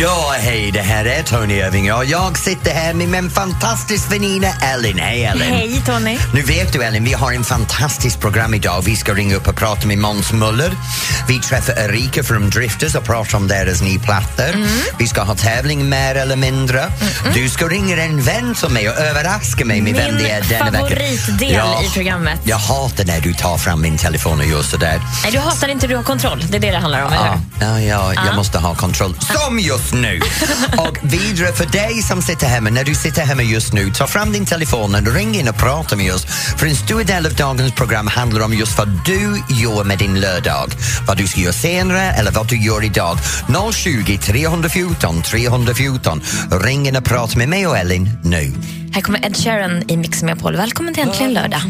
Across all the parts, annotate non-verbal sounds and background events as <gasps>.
Ja, hej, det här är Tony Irving och jag sitter här med min fantastiska väninna Ellen. Hej Ellen! Hej Tony! Nu vet du Ellen, vi har en fantastisk program idag. Vi ska ringa upp och prata med Måns Muller. Vi träffar Erika från Drifters och pratar om deras nya plattor. Mm. Vi ska ha tävling mer eller mindre. Du ska ringa en vän som mig och överraska mig med vem det är denna vecka. favoritdel i programmet. Jag hatar när du tar fram min telefon och gör sådär. Nej, du hatar inte, du har kontroll. Det är det det handlar om, eller Ja, hur? ja, ja, jag måste ha kontroll. Som just <laughs> nu! Och vidare för dig som sitter hemma, när du sitter hemma just nu, ta fram din telefon och ring in och prata med oss. För en stor del av dagens program handlar om just vad du gör med din lördag. Vad du ska göra senare eller vad du gör idag. 020 314 314. Ring in och prata med mig och Elin nu. Här kommer Ed Sheeran i Mix Megapol. Välkommen till Äntligen lördag.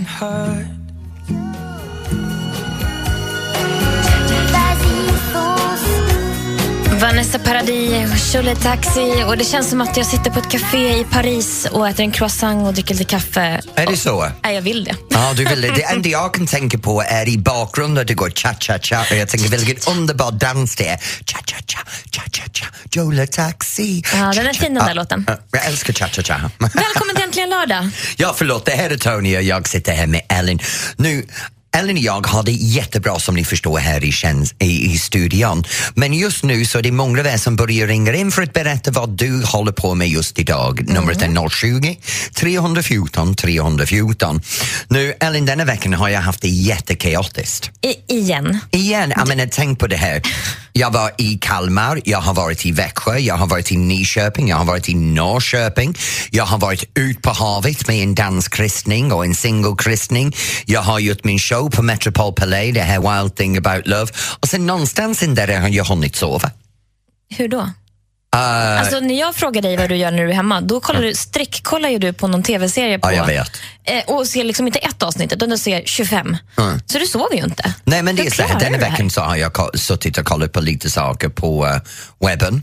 Vanessa Paradis, Cholet Taxi och det känns som att jag sitter på ett café i Paris och äter en croissant och dricker lite kaffe. Är det så? Nej, jag vill det. Ja, du vill det. Det enda jag kan tänka på är i bakgrunden det går cha-cha-cha och jag tänker vilken underbar dans det är. Cha-cha-cha, cha-cha-cha, Jola Taxi. Ja, den är cha-cha. fin, den där låten. ja, Jag älskar cha-cha-cha. Välkommen till Äntligen lördag. Ja, förlåt, det här är Tony och jag sitter här med Ellen. Nu, Ellen och jag har det jättebra som ni förstår här i, tjänst, i, i studion. Men just nu så är det många av er som börjar ringa in för att berätta vad du håller på med just idag. Numret är 020 314 314. Nu, Ellen, denna veckan har jag haft det jättekaotiskt. I, igen. Igen, jag menar, tänk på det här. Jag var i Kalmar, jag har varit i Växjö, jag har varit i Nyköping, jag har varit i Norrköping. Jag har varit ut på havet med en danskristning och en singelkristning. Jag har gjort min show på Metropol Palais, det här Wild thing about love. Och sen någonstans in där har jag hunnit sova. Hur då? Eh. alltså, när jag frågar dig vad du gör när du är hemma, då kollar du, streckkollar ju du på någon tv-serie på, Ja, jag vet. Eh, och ser liksom inte ett avsnitt, utan du ser 25. Så du sover ju inte. Nej men det Hur är så här, klarar denna du det här? veckan så har jag ko- suttit och kollat på lite saker på eh, webben.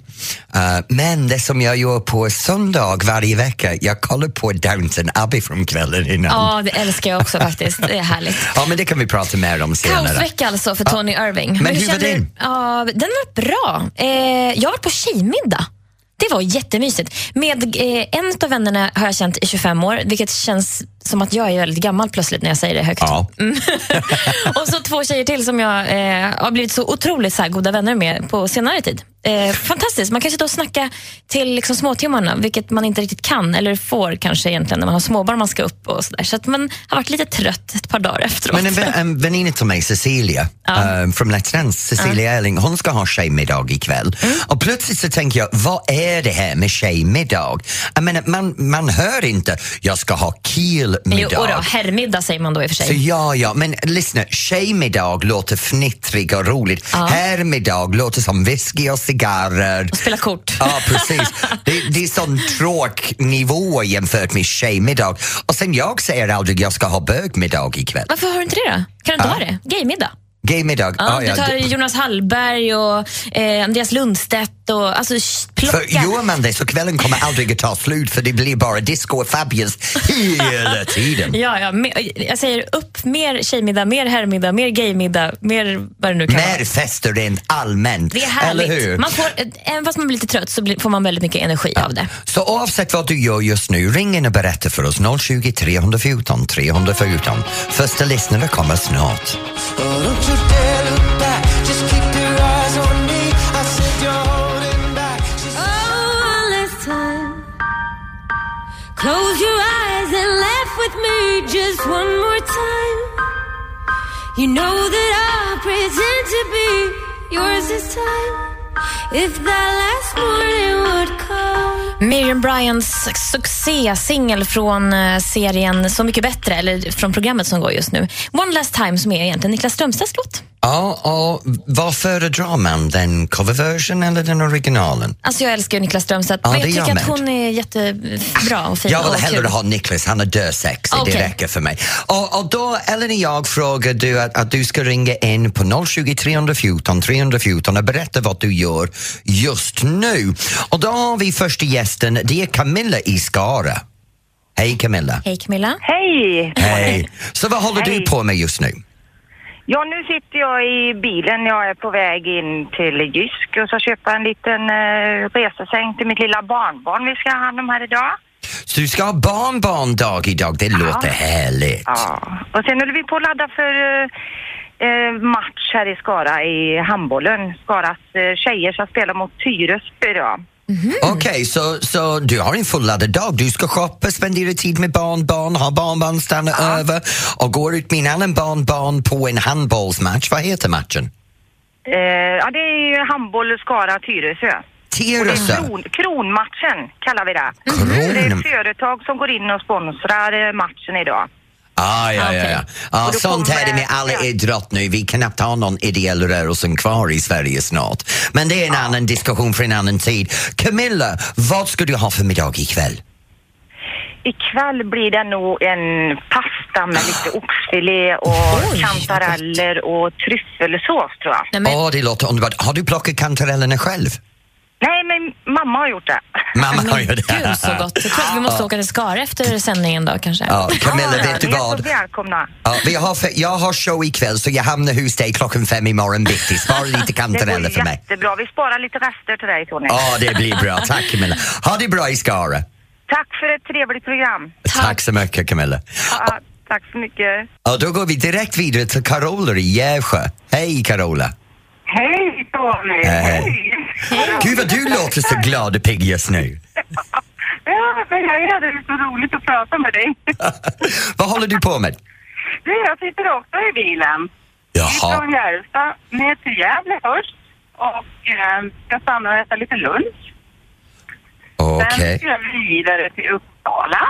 Eh, men det som jag gör på söndag varje vecka, jag kollar på Downton Abbey från kvällen innan. Ja, det älskar jag också faktiskt. Det är härligt. Ja, men det kan vi prata mer om senare. Kaosvecka alltså för Tony Irving. Men hur var känner du- din? Ja, den var bra. Eh, jag var på tjejmiddag. Det var jättemysigt. Med eh, en av vännerna har jag känt i 25 år, vilket känns som att jag är väldigt gammal plötsligt när jag säger det högt. Ja. Och så två tjejer till som jag eh, har blivit så otroligt så här, goda vänner med på senare tid. Eh, fantastiskt, man kan sitta och snacka till liksom, småtimmarna, vilket man inte riktigt kan eller får kanske egentligen när man har småbarn man ska upp och sådär. Så att man har varit lite trött ett par dagar efteråt. Men en, vän- en väninna till mig, Cecilia, eh, från Let's Dance, Cecilia Erling, hon ska ha tjejmiddag ikväll. Mm. Och plötsligt så tänker jag, vad är det här med tjejmiddag? Jag menar, man, man hör inte, jag ska ha Jo, och då, killmiddag. herrmiddag säger man då i och för sig. Så ja, ja, men lyssna, tjejmiddag låter fnittrig och roligt. Herrmiddag låter som whisky och cigarrer. Och spela kort. Ja, precis. Det, det är sån tråk nivå jämfört med tjejmiddag. Och sen jag säger aldrig jag ska ha bögmiddag ikväll. Varför har du inte det då? Kan du inte ha det? Gaymiddag. Gaymiddag? Ja, ja, du tar det- Jonas Hallberg och eh, Andreas Lundstedt och alltså sh- plocka. För gör man det så kvällen kommer aldrig att ta slut för det blir bara disco och <laughs> Fabius hela tiden. Ja, ja, me- jag säger upp mer tjejmiddag, mer herrmiddag, mer gaymiddag, mer vad det nu kan vara. Mer fester rent allmänt. Det är härligt. Eller hur? Man får, även fast man blir lite trött så blir, får man väldigt mycket energi av det. Så oavsett vad du gör just nu, ring in och berätta för oss. 020 314 314. Första lyssnare kommer snart. Close your eyes and laugh with me just one more time. You know that I'll pretend to be yours this time. If that last morning would come. Miriam Bryans succésingel från eh, serien Så mycket bättre, eller från programmet som går just nu. One last time, som är egentligen Niklas Strömstedts låt. Ja, och vad föredrar man? Den coverversion eller den originalen? Alltså jag älskar ju Niklas Strömstedt, Ja, men det jag gör tycker att med. hon är jättebra och fin. Jag vill och hellre kul. ha Niklas, han är dösexig, Okej. det räcker för mig. Och, och då, Ellen och jag frågar du att, att du ska ringa in på 020 314 314 och berätta vad du gör just nu. Och då har vi första gästen, det är Camilla i Skara. Hej Camilla. Hej Camilla. Hej! Hej. Så vad håller du på med just nu? Ja, nu sitter jag i bilen. Jag är på väg in till Jysk och ska köpa en liten eh, resesäng till mitt lilla barnbarn vi ska ha hand om här idag. Så du ska ha barnbarndag idag, det låter härligt. Ja. Och sen håller vi på att ladda för eh, eh, match här i Skara i handbollen. Skaras eh, tjejer ska spela mot Tyresö idag. Okej, så, så du har en fulladdad dag. Du ska shoppa, spendera tid med barnbarn, ha barnbarn stanna över och går ut med en annan barnbarn på en handbollsmatch. Vad heter matchen? Eh, ja, det är ju handboll Skara-Tyresö. Och det är Tyresö? kron, kronmatchen kallar vi det. Kron- Det är företag som går in och sponsrar eh, matchen idag. Ah, ja, ja, ja. Ah, Och då sånt här är kommer- med alla ja. idrott nu. Vi knappt har någon ideell rörelse kvar i Sverige snart. Men det är en annan diskussion för en annan tid. Camilla, vad ska du ha för middag ikväll? Ikväll blir det nog en pasta med lite oxfilé och Oj, kantareller och tryffelsås tror jag. Nej, Åh, men, det låter underbart. Har du plockat kantarellerna själv? Nej, men mamma har gjort det. Mamma har men ju det. gud så gott. Jag tror att vi måste åka till Skara efter sändningen då kanske. Ja, Camilla, vet du ni är så vad? välkomna. Ja, vi har fe- jag har show ikväll så jag hamnar hos dig klockan fem imorgon bitti. Spara lite Det kantareller för går mig. jättebra. Vi sparar lite rester till dig Tony. Ja, det blir bra. Tack Camilla. Ha det bra i Skara. Tack för ett trevligt program. Tack, så mycket Camilla. Ja, tack så mycket. Och då går vi direkt vidare till Carola i Gävsjö. Hej Carola! Hej Tony! Hej. Gud vad du låter så glad och pigg just nu. Ja, men jag hade det så roligt att prata med dig. vad håller du på med? Du, jag sitter också i bilen. Jaha. Från Järvsta ner till Gävle först och eh, ska stanna och äta lite lunch. Okej. Sen ska jag vidare till Uppsala.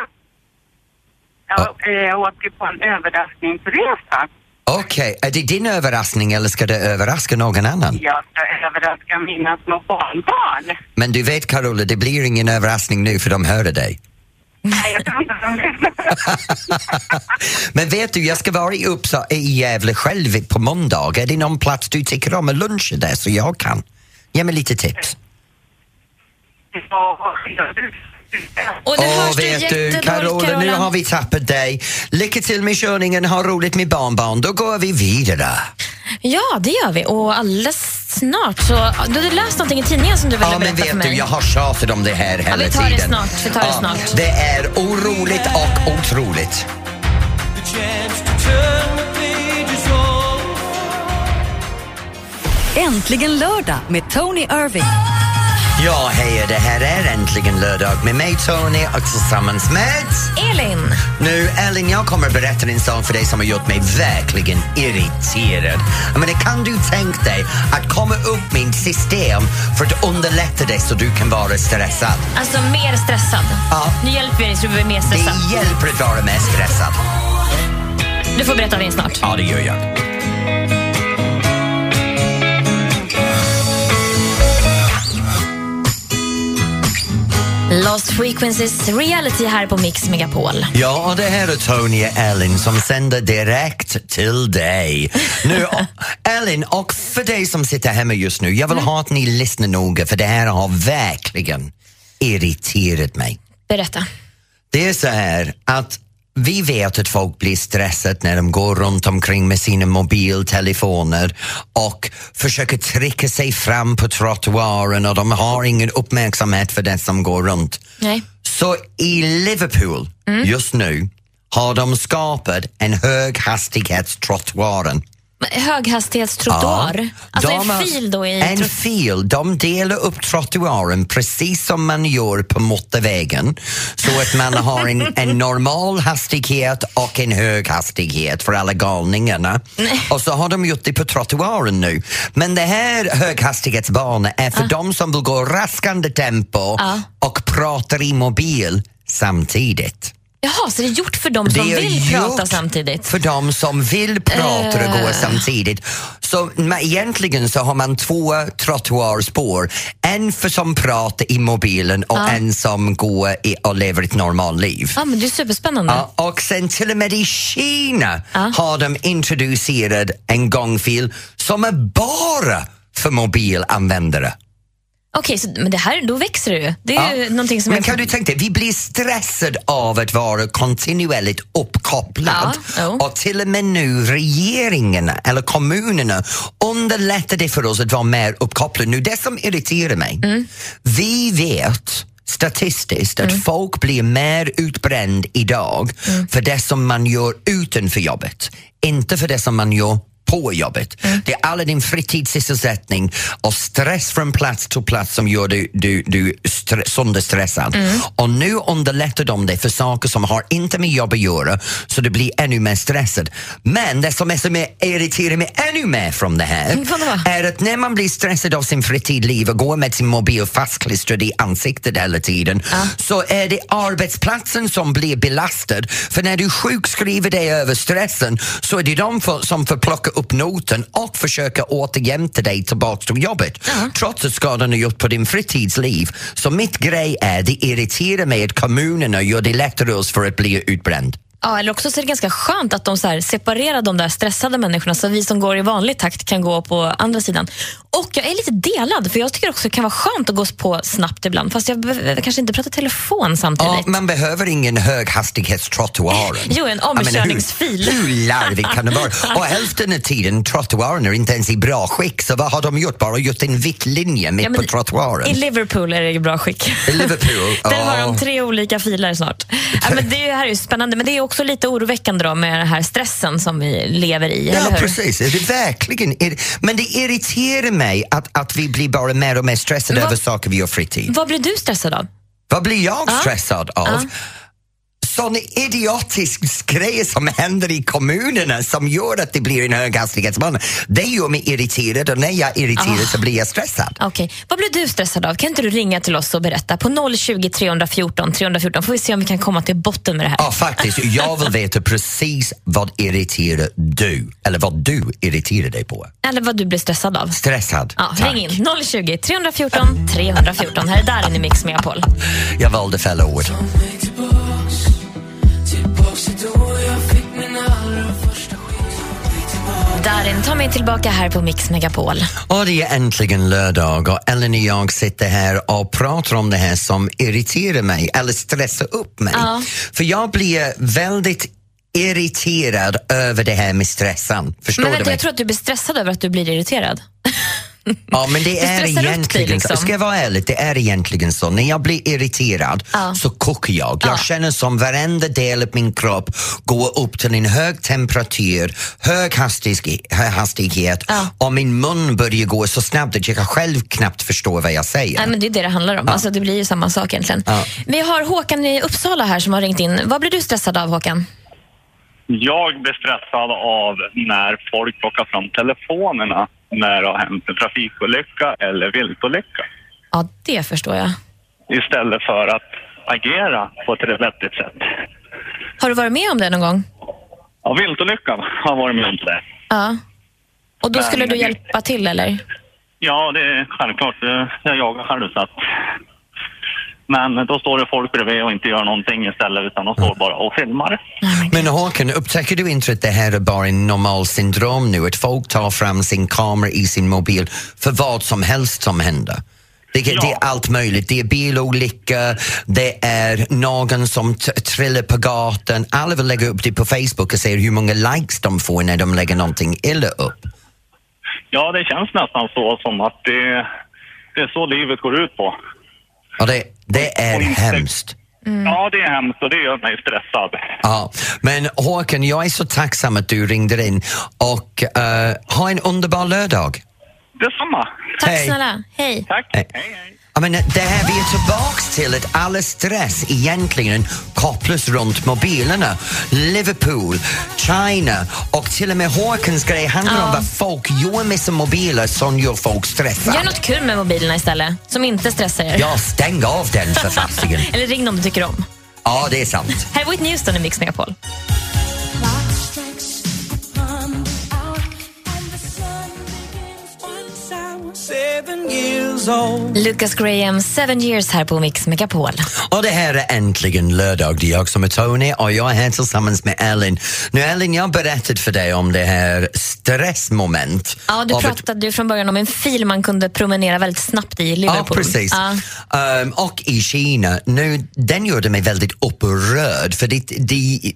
Jag eh, åker på en överraskningsresa. Okej, är det din överraskning eller ska det överraska någon annan? Jag ska överraska mina små barnbarn. Men du vet Carola, det blir ingen överraskning nu för de hörde dig. <laughs> Nej, jag tror inte de lyssnar. Men vet du, jag ska vara i Uppsala, i Gävle själv på måndag. Är det någon plats du tycker om att luncha där så jag kan? Ge mig lite tips. Ja, du- Och det hörs du vet jättedåligt, Carola, nu har vi tappat dig. Lycka till med körningen, ha roligt med barnbarn. Då går vi vidare. Ja, det gör vi. Och alldeles snart så... Du hade läst någonting i tidningen som du ville Ja, men berätta för vet mig. du, jag har tjatat om det här hela vi tar det tiden. snart, vi tar det snart. Det är oroligt och otroligt. Äntligen lördag med Tony Irving. Ja, hej, det här är äntligen lördag med mig Tony och tillsammans med... Elin! Nu, Elin, jag kommer att berätta en sak för dig som har gjort mig verkligen irriterad. Jag menar, kan du tänka dig att komma upp med ett system för att underlätta dig så du kan vara stressad? Alltså, mer stressad. Ja. Nu hjälper vi dig så du blir mer stressad. Det hjälper att vara mer stressad. Du får berätta din snart. Ja, det gör jag. Lost Frequencies Reality här på Mix Megapol. Ja, och det här är Tony och Elin som sänder direkt till dig. Nu, och- Elin, och för dig som sitter hemma just nu, jag vill ha att ni lyssnar noga för det här har verkligen irriterat mig. Berätta. Det är så här att vi vet att folk blir stressade när de går runt omkring med sina mobiltelefoner och försöker trycka sig fram på trottoaren och de har ingen uppmärksamhet för den som går runt. Nej. Så i Liverpool just nu har de skapat en höghastighetstrottoaren. Men Höghastighetstrottoar? Alltså De har- en fil då i... En tro- fil. De delar upp trottoaren precis som man gör på motorvägen så att man har en, en normal hastighet och en hög hastighet för alla galningarna. Och så har de gjort det på trottoaren nu. Men det här höghastighetsbanan är Ah. för de som vill gå raskande tempo och pratar i mobil samtidigt. Jaha, så det är gjort för dem som Det är vill gjort prata samtidigt? Eh. För de som vill prata och gå samtidigt. Så ma- egentligen så har man två trottoarspår. En för som pratar i mobilen och en som går i, och lever ett normalt liv. Ja, men det är superspännande. Ja, och sen till och med i Kina har de introducerat en gångfil som är bara för mobilanvändare. Okej, så- men det här, då växer det ju. Det är ju någonting som Men jag- kan du tänka dig, vi blir stressade av att vara kontinuerligt uppkopplad Ja, jo. och till och med nu regeringen eller kommunerna underlättar det för oss att vara mer uppkopplade. Nu, det som irriterar mig, Mm. vi vet statistiskt att folk blir mer utbränd idag Mm. för det som man gör utanför jobbet, inte för det som man gör på jobbet. Det är alla din fritidssysselsättning och stress från plats till plats som gör dig du, du stre- sönderstressad. Och nu underlättar de det för saker som har inte med jobb att göra så du blir ännu mer stressad. Men det som är så mer irriterar mig ännu mer från det här Mm, vadå? är att när man blir stressad av sin fritidliv och går med sin mobil fastklistrad i ansiktet hela tiden så är det arbetsplatsen som blir belastad. För när du sjukskriver dig över stressen så är det de för, som får plocka upp noten och försöka återjämta dig tillbaka till jobbet trots att skadan är gjort på din fritidsliv. Så mitt grej är det irriterar mig att kommunerna gör det lättare oss för att bli utbränd. Ja, eller också så är det ganska skönt att de så här separerar de där stressade människorna så vi som går i vanlig takt kan gå på andra sidan. Och jag är lite delad, för jag tycker också det kan vara skönt att gå på snabbt ibland fast jag behöver kanske inte prata telefon samtidigt. Ja, man behöver ingen höghastighetstrottoar. Jo, en Jag menar, hur- omkörningsfil. Hur larvigt kan det vara? Och hälften av tiden trottoaren är inte ens i bra skick, så vad har de gjort? Bara gjort en vit linje mitt Ja, men på trottoaren? I Liverpool är det i bra skick. I Liverpool? Där har Ja. de tre olika filer snart. Ja, men det är ju- här är ju spännande, men det är också lite oroväckande då med den här stressen som vi lever i. Ja, eller hur? precis. Är det verkligen? Är det, men det irriterar mig att, att vi blir bara mer och mer stressade Vad- över saker vi gör fritid. Vad blir du stressad av? Vad blir jag stressad av? Sån idiotisk grej som händer i kommunerna som gör att det blir en höghastighetsbana. Det gör mig irriterad och när jag är Ah. irriterad så blir jag stressad. Okej, Vad blir du stressad av? Kan inte du ringa till oss och berätta på 020 314 314 får vi se om vi kan komma till botten med det här. Ja, faktiskt. Jag vill veta precis vad irriterar du, eller vad du irriterar dig på. Eller vad du blir stressad av. Stressad. Ja, Tack. ring in 020 314 314. Här är Darin i Mix Megapol. Jag valde fel ord. Darin, ta mig tillbaka här på Mix Megapol. Och det är äntligen lördag och Ellen och jag sitter här och pratar om det här som irriterar mig eller stressar upp mig. Ja. För jag blir väldigt irriterad över det här med stressen. Förstår Men du vänta, mig? jag tror att du blir stressad över att du blir irriterad. <laughs> Ja, men det är stressar upp dig, egentligen så. liksom. Ska jag vara ärlig, det är egentligen så. När jag blir irriterad Ja. så kokar jag. Jag känner som varenda del av min kropp går upp till en hög temperatur, hög hastig, hög hastighet Ja. och min mun börjar gå så snabbt att jag kan själv knappt förstår vad jag säger. Nej, men det är det det handlar om. Alltså, det blir ju samma sak egentligen. Ja. Vi har Håkan i Uppsala här som har ringt in. Vad blir du stressad av Håkan? Jag blir stressad av när folk plockar fram telefonerna när det har hänt en trafikolycka eller viltolycka. Ja, det förstår jag. Istället för att agera på ett vettigt sätt. Har du varit med om det någon gång? Ja, viltolyckan har varit med om det. Ja. Och då skulle Nej, du men- hjälpa till eller? Ja, det är självklart. eh, Jag jagar själv så att... Men då står det folk bredvid och inte gör någonting istället utan de står bara och filmar. Men Håkan, upptäcker du inte att det här är bara en normal syndrom nu? Att folk tar fram sin kamera i sin mobil för vad som helst som händer. Det, det är Ja. allt möjligt. Det är bilolyckor, det är någon som t- trillar på gatan. Alla vill lägga upp det på Facebook och ser hur många likes de får när de lägger någonting illa upp. Ja, det känns nästan så som att det, det är så livet går ut på. Och det, det är hemskt. Ja, det är hemskt och det gör mig stressad. Ja, men Håkan, jag är så tacksam att du ringde in och eh, ha en underbar lördag. Detsamma. Tack Hej. snälla. Hej. Tack. Hej. Hej, hej. Ja, men det här vi är tillbaks till att all stress egentligen kopplas runt mobilerna. Liverpool, China och till och med Håkans grej handlar om vad folk gör med sina mobiler som gör folk stressade. Gör något kul med mobilerna istället, som inte stressar er. Ja, stäng av den för fasiken. Eller ring dem du tycker om. Ja, det är sant. Här är Whitney Houston i Mix Megapol. Clock strikes one hour and the sun begins to Seven years years old. Lucas Graham, Seven years här på Mix Megapol. Och det här är äntligen lördag. Det är jag som är Tony och jag är här tillsammans med Ellen. Nu Ellen, jag har berättat för dig om det här stressmoment. Ja, du av ett- pratade ju från början om en fil man kunde promenera väldigt snabbt i i Ja, Liverpool. precis. Ja. Ehm, och i Kina, nu, den gjorde mig väldigt upprörd för det, det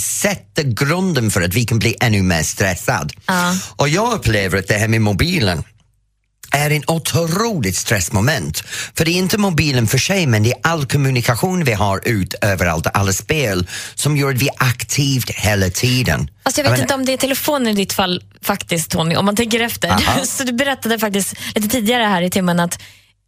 sätter grunden för att vi kan bli ännu mer stressad. Och jag upplever att det här med mobilen är en otroligt stressmoment. För det är inte mobilen för sig, men det är all kommunikation vi har ut överallt, alla spel som gör att vi är aktivt hela tiden. Fast Alltså, jag vet inte om det är telefonen i ditt fall faktiskt Tony, om man tänker Aha. efter. <laughs> Så du berättade faktiskt lite tidigare här i timmen att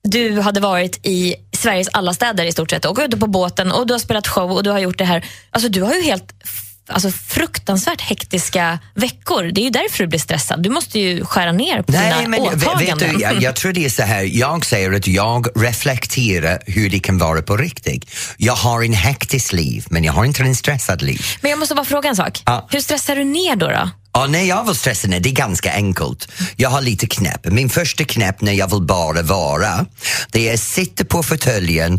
du hade varit i Sveriges alla städer i stort sett och ute på båten och du har spelat show och du har gjort det här. Alltså du har ju helt f- alltså, fruktansvärt hektiska veckor. Det är ju därför du blir stressad. Du måste ju skära ner på dina Nej, men vet, åtaganden. vet du, jag, jag tror det är så här, jag säger att jag reflekterar hur det kan vara på riktigt. Jag har en hektisk liv, men jag har inte en stressad liv. Men jag måste bara fråga en sak. Ja. Hur stressar du ner då? då? Ja, när jag var stressad, nej, det är ganska enkelt. Jag har lite knäpp. Min första knäpp när jag vill bara vara, det är att sitta på fåtöljen,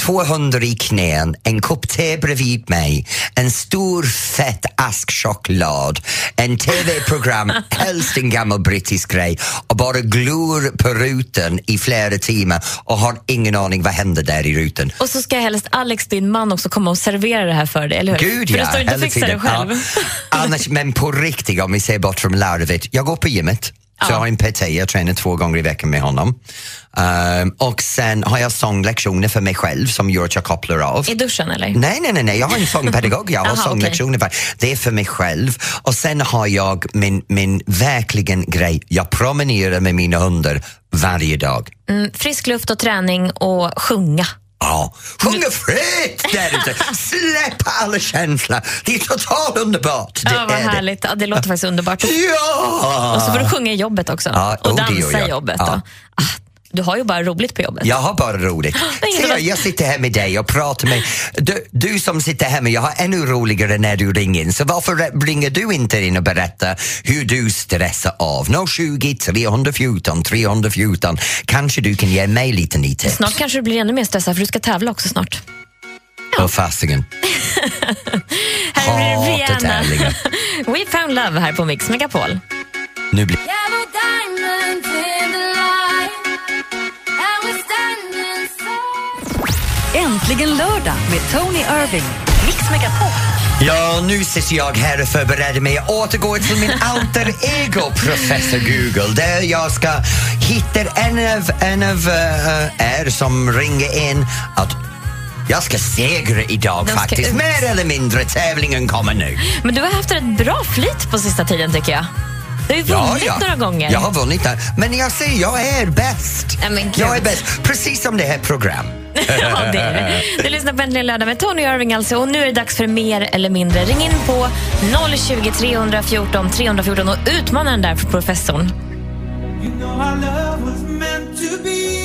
200 i knän, en kopp te bredvid mig, en stor fett ask choklad, en tv-program, helst en gammal brittisk grej och bara glor på rutan i flera timmar och har ingen aning vad händer där i rutan. Och så ska helst Alex, din man, också komma och servera det här för dig, eller hur? Gud för ja, du står inte och hela fixar det tiden. själv. Ja. <laughs> Annars, men på riktigt, om vi ser bort från larvet. Jag går på gymmet, så jag har en PT, jag tränar två gånger i veckan med honom. Ehm, och sen har jag sånglektioner för mig själv som gör att jag kopplar av. I duschen eller? Nej, nej, nej, nej, jag har en sångpedagog, jag har Aha, sånglektioner. för- Det är för mig själv. Och sen har jag min, min verkligen grej, jag promenerar med mina hundar varje dag. Mm, frisk luft och träning och sjunga. Ja, sjunga fritt där ute! Släpp alla känslor! Det är totalt underbart! Det ja, vad är det. härligt. Det. Ja, det låter <laughs> faktiskt underbart. Ja! Och så får du sjunga i jobbet också. Ja, och oh, det gör dansa jag. i jobbet. Ja. Då. Ah, du har ju bara roligt på jobbet. Jag har bara <gasps> roligt. det är ingen Se vad, roligt. jag sitter här med dig och pratar med du, du som sitter hemma, jag har ännu roligare när du ringer in. Så varför ringer du inte in och berättar hur du stressar av? 020 314 314. Kanske du kan ge mig lite ny tips. Snart kanske du blir ännu mer stressad för du ska tävla också snart. Åh, fasiken. <laughs> Här är Hatar <laughs> Rihanna. tävlingar. We found love här på Mix Megapol. Nu blir Yeah, we're diamonds in the light, and we're standing so. Äntligen lördag med Tony Irving. Mix Megapol. Ja, nu sitter jag här och förbereder mig att återgå till <laughs> min alter ego, professor Google, där jag ska hitta en av, en av eh, er som ringer in att jag ska segra idag De ska faktiskt. ut. Mer eller mindre, tävlingen kommer nu. Men du har haft ett bra flyt på sista tiden tycker jag. Du har ju vunnit några gånger. Jag har vunnit där. Men jag säger, jag är bäst. Nej, men Gud. jag är bäst, precis som det här programmet. <laughs> ja, det är det. Du lyssnar på Äntligen lördag med Tony Irving alltså och nu är det dags för mer eller mindre. Ring in på 020 314 314 och utmana den där för professorn. You know our love was meant to be.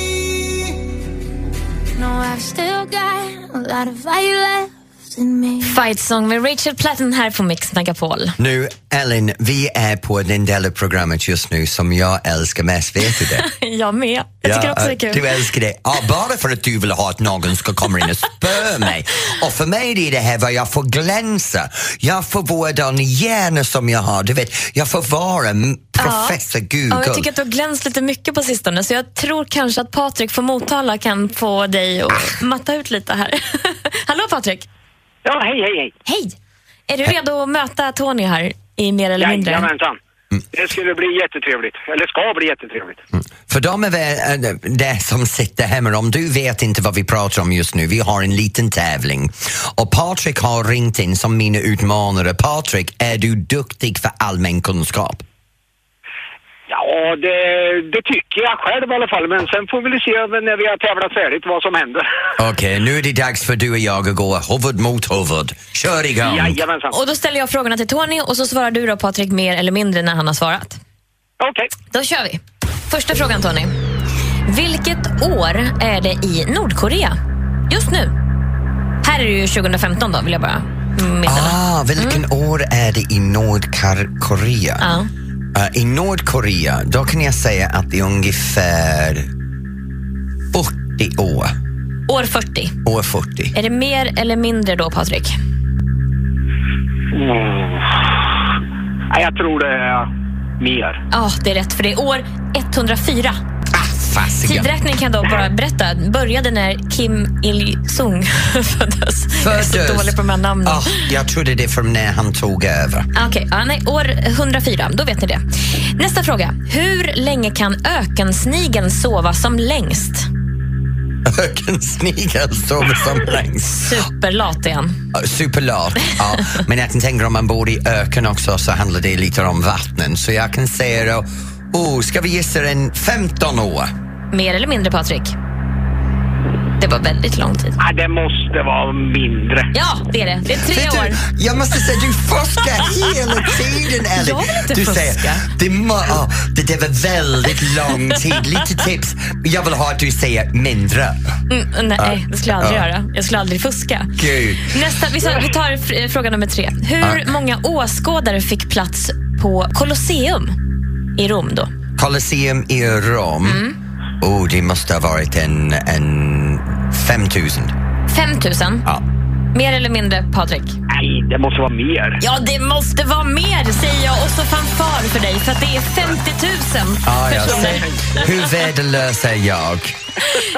No, I've still got a lot of fight left in me. Fight Song med Rachel Platten här på Mix Megapol. <laughs> Nu, Ellen, vi är på den del av programmet just nu som jag älskar mest. Vet du det? Jag med. Jag tycker också det är eh, kul. Du älskar det. Ja, bara för att du vill ha att någon ska komma in och spöa mig. Och för mig är det här vad jag får glänsa. Jag får vara den hjärna som jag har. Du vet, jag får vara m- professor Ja, jag Google. tycker att du har glänst lite mycket på sistone så jag tror kanske att Patrik från Motala kan få dig att matta ut lite här. <laughs> Hallå Patrik! Ja, hej, hej, hej. Hej! Är du redo att möta Tony här i mer eller mindre? Mm. Jajamensan. Det skulle bli jättetrevligt. Eller ska bli jättetrevligt. För de är väl, eh, det som sitter hemma, om du vet inte vad vi pratar om just nu, vi har en liten tävling. Och Patrik har ringt in som mina utmanare. Patrik, är du duktig för allmän kunskap? Ja, det, det tycker jag själv i alla fall. Men sen får vi väl se när vi har tävlat färdigt vad som händer. Okej, nu är det dags för du och jag att gå huvud mot huvud. Kör igång! Jajamensan. Och då ställer jag frågorna till Tony och så svarar du då Patrik mer eller mindre när han har svarat. Okej. Då kör vi. Första frågan Tony. Vilket år är det i Nordkorea just nu? Här är det ju 2015 då vill jag bara meddela. Ah, vilken år är det i Eh, Nordkorea? Ja. I Nordkorea, då kan jag säga att det är ungefär 40 år. År 40. År 40. Är det mer eller mindre då, Patrik? Mm. Nej, jag tror det är mer. Ja, det är rätt, för det är år 104. Ah, fasiken. Tidräkning kan jag då bara berätta började när Kim Il-Sung <laughs> föddes. Jag är så Föddes. dålig på de här namnen. Ah, jag trodde det från när han tog över. <laughs> Ah, Okej, ja, nej, år 104, då vet ni det. Nästa fråga. Hur länge kan ökensnigeln sova som längst? Ökensnigeln sover som längst. Superlat är han. Ja, Superlat. Ja. Men jag kan tänka mig om man bor i öken också så handlar det lite om vattnen. Så jag kan säga då, oh, ska vi gissa en 15 år? Mer eller mindre, Patrik? Det var väldigt lång tid. Nej, det måste vara mindre. Ja, det är det. Det är Vet tre år. Du, jag måste säga, du <laughs> fuskar hela tiden, Ellie. Jag vill inte du fuska. Säger, det, må, ja, det där var väldigt lång tid. Lite tips. Jag vill ha att du säger mindre. Mm, nej, det skulle jag aldrig Ja. göra. Jag skulle aldrig fuska. Gud. Nästa, vi tar, vi tar fr- fråga nummer tre. Hur många åskådare fick plats på Colosseum i Rom då? Colosseum i Rom. Mm. Oh, det måste ha varit en, en 5000. 5 000. Ja. Mer eller mindre, Patrik? Nej, det måste vara mer. Ja, det måste vara mer, säger jag. Och så fanfar för dig, för att det är 50 000 Ah, ja, personer. så- Hur värdelös är jag?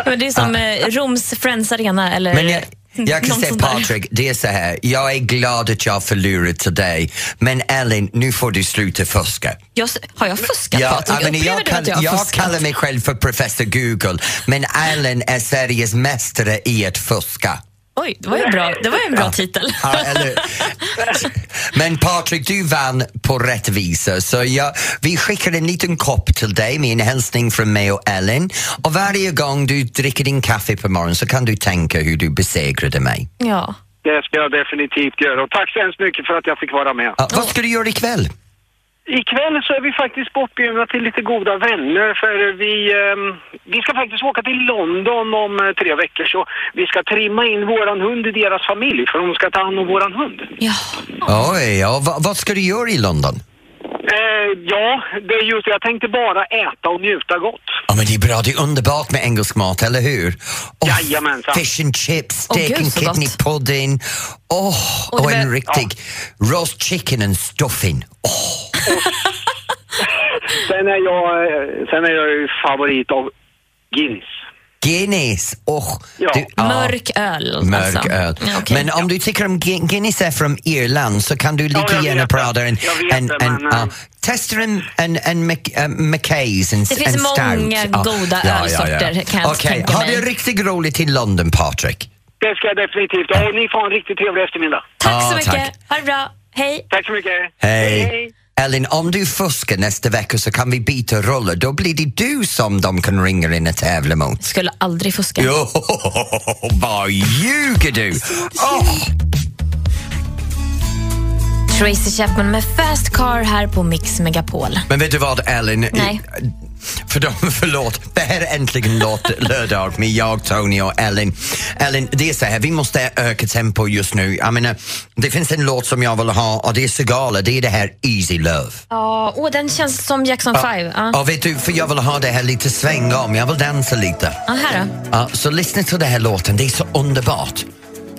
Men det är som eh, Roms Friends Arena. Eller Men jag, jag kan Eh, någon säga sån där. Patrik, det är så här. Jag är glad att jag förlorade till dig. Men Ellen, nu får du sluta fuska. Jag, s- har jag fuskat, Patrik? jag, menar, Upplever jag, du att kall- jag har jag fuskat? kallar mig själv för professor Google, men Ellen är Sveriges mästare i att fuska. Oj, det var ju bra. Det var ju en bra titel. Ja, eller, <laughs> men Patrik, du vann på rättvisa. Så jag, vi skickar en liten kopp till dig med en hälsning från mig och Ellen. Och varje gång du dricker din kaffe på morgonen så kan du tänka hur du besegrade mig. Ja. Det ska jag definitivt göra. Och tack så hemskt mycket för att jag fick vara med. Ja, vad ska du göra ikväll? Ikväll så är vi faktiskt bortbjudna till lite goda vänner för vi, ehm, vi ska faktiskt åka till London om eh, tre veckor så vi ska trimma in våran hund i deras familj för de ska ta hand om våran hund. ja. Oj, ja, vad, vad ska du göra i London? Eh, ja, det är just det. Jag tänkte bara äta och njuta gott. Ja, men det är bra, det är underbart med engelsk mat, eller hur? Och Jajamensan. Fish and chips, Åh, steak gud, and så kidney gott. pudding. Åh, Och det och en var- riktig roast chicken and stuffing. Åh, Sen är jag, eh, sen är jag ju favorit av Guinness. Guinness. Åh, Ja. du- ja, Mörk öl. mörk alltså. öl. Ja, okej. Men om du tycker om Gu- Guinness är från Irland så kan du lika jag gärna vet prata det. en... Jag vet en, det, en, men, ja. eh, Testa en, en, en Mc- eh, Mackays, en, Det finns en stout. många Ja. goda ölsorter, kan jag Okej, tänka ha det mig. riktigt roligt i London, Patrik. Det ska jag definitivt. Och ni får en riktigt trevlig eftermiddag. Tack så Ja, mycket. tack. Ha det bra. Hej. Tack så mycket. Hej. Elin, om du fuskar nästa vecka så kan vi byta roller. Då blir det du som de kan ringa in och tävla mot. Skulle aldrig fuska. Jo, <laughs> vad ljuger du? Åh, Tracy Chapman med Fast Car här på Mix Megapol. Men vet du vad, Elin? Nej. För de, <laughs> förlåt, det här är äntligen låt, <laughs> lördag med jag, Tony och Elin. Elin, det är så här, vi måste öka tempo just nu. Jag menar, det finns en låt som jag vill ha och det är Segala, det är det här Easy Love. Ja, åh, den känns som Jackson 5. Ja. Ja, vet du, för jag vill ha det här lite svänga om, jag vill dansa lite. Ja, här då. Ja, så lyssna till den här låten, det är så underbart.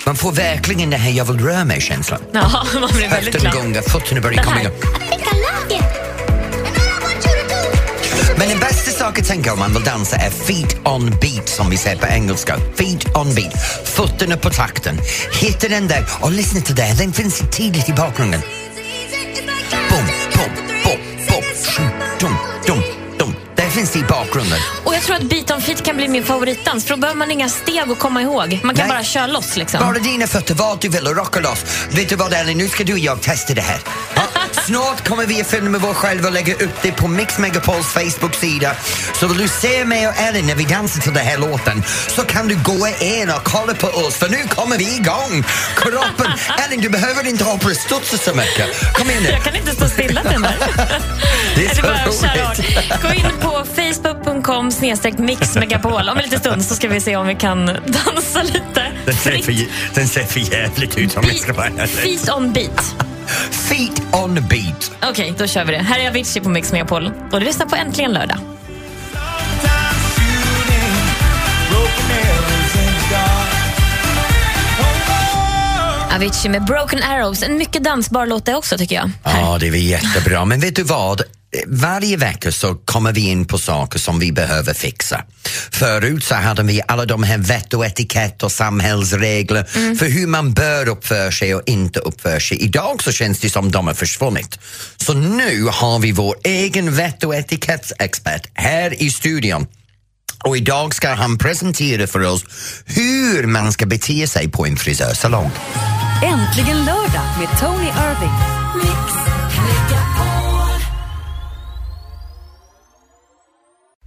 Man får verkligen det här jag vill röra mig-känslan. Ja, <laughs> man blir väldigt Höften glad. gungar, fötterna börjar Den komma här. igång. Men den bästa saken att tänka om man vill dansa är feet on beat som vi säger på engelska. Feet on beat, fötterna på takten. Hitta den där och lyssna till det, den finns tidigt i bakgrunden. Boom, boom, boom, boom, shum, dum, dum, dum. Det finns det i bakgrunden. Och jag tror att beat on feet kan bli min favoritdans, för då behöver man inga steg att komma ihåg. Man kan Nej. bara köra loss liksom. Bara dina fötter, vad du vill och rocka loss. Vet du vad Elin, nu ska du och jag testa det här. <laughs> Ja, Snart kommer vi att filma vår själva och lägga upp det på Mix Megapols Facebook-sida. Så vill du se mig och Elin när vi dansar till den här låten så kan du gå in och kolla på oss för nu kommer vi igång. <laughs> Kroppen, Elin du behöver inte ha på dig studsen så mycket. Kom igen nu. Jag kan inte stå stilla till den där. <laughs> <laughs> Det är så bara att köra roligt. hårt. Gå in på facebook.com snedstreck mixmegapol. Om en liten stund så ska vi se om vi kan dansa lite Den ser, fritt. för, den ser för jävligt ut om jag ska vara Beat, ärlig. feet on beat. Feet on beat. Okej, då kör vi det. Här är Avicii på Mix Megapol och du lyssnar på Äntligen lördag. Rope Avicii med Broken Arrows. En mycket dansbar låt det också tycker jag. Ja, det är väl jättebra. Men vet du vad? Varje vecka så kommer vi in på saker som vi behöver fixa. Förut så hade vi alla de här vett och etikett och samhällsregler för hur man bör uppföra sig och inte uppföra sig. Idag så känns det som de har försvunnit. Så nu har vi vår egen vett och etikettsexpert här i studion. Och idag ska han presentera för oss hur man ska bete sig på en frisörsalong. Äntligen lördag med Tony Irving.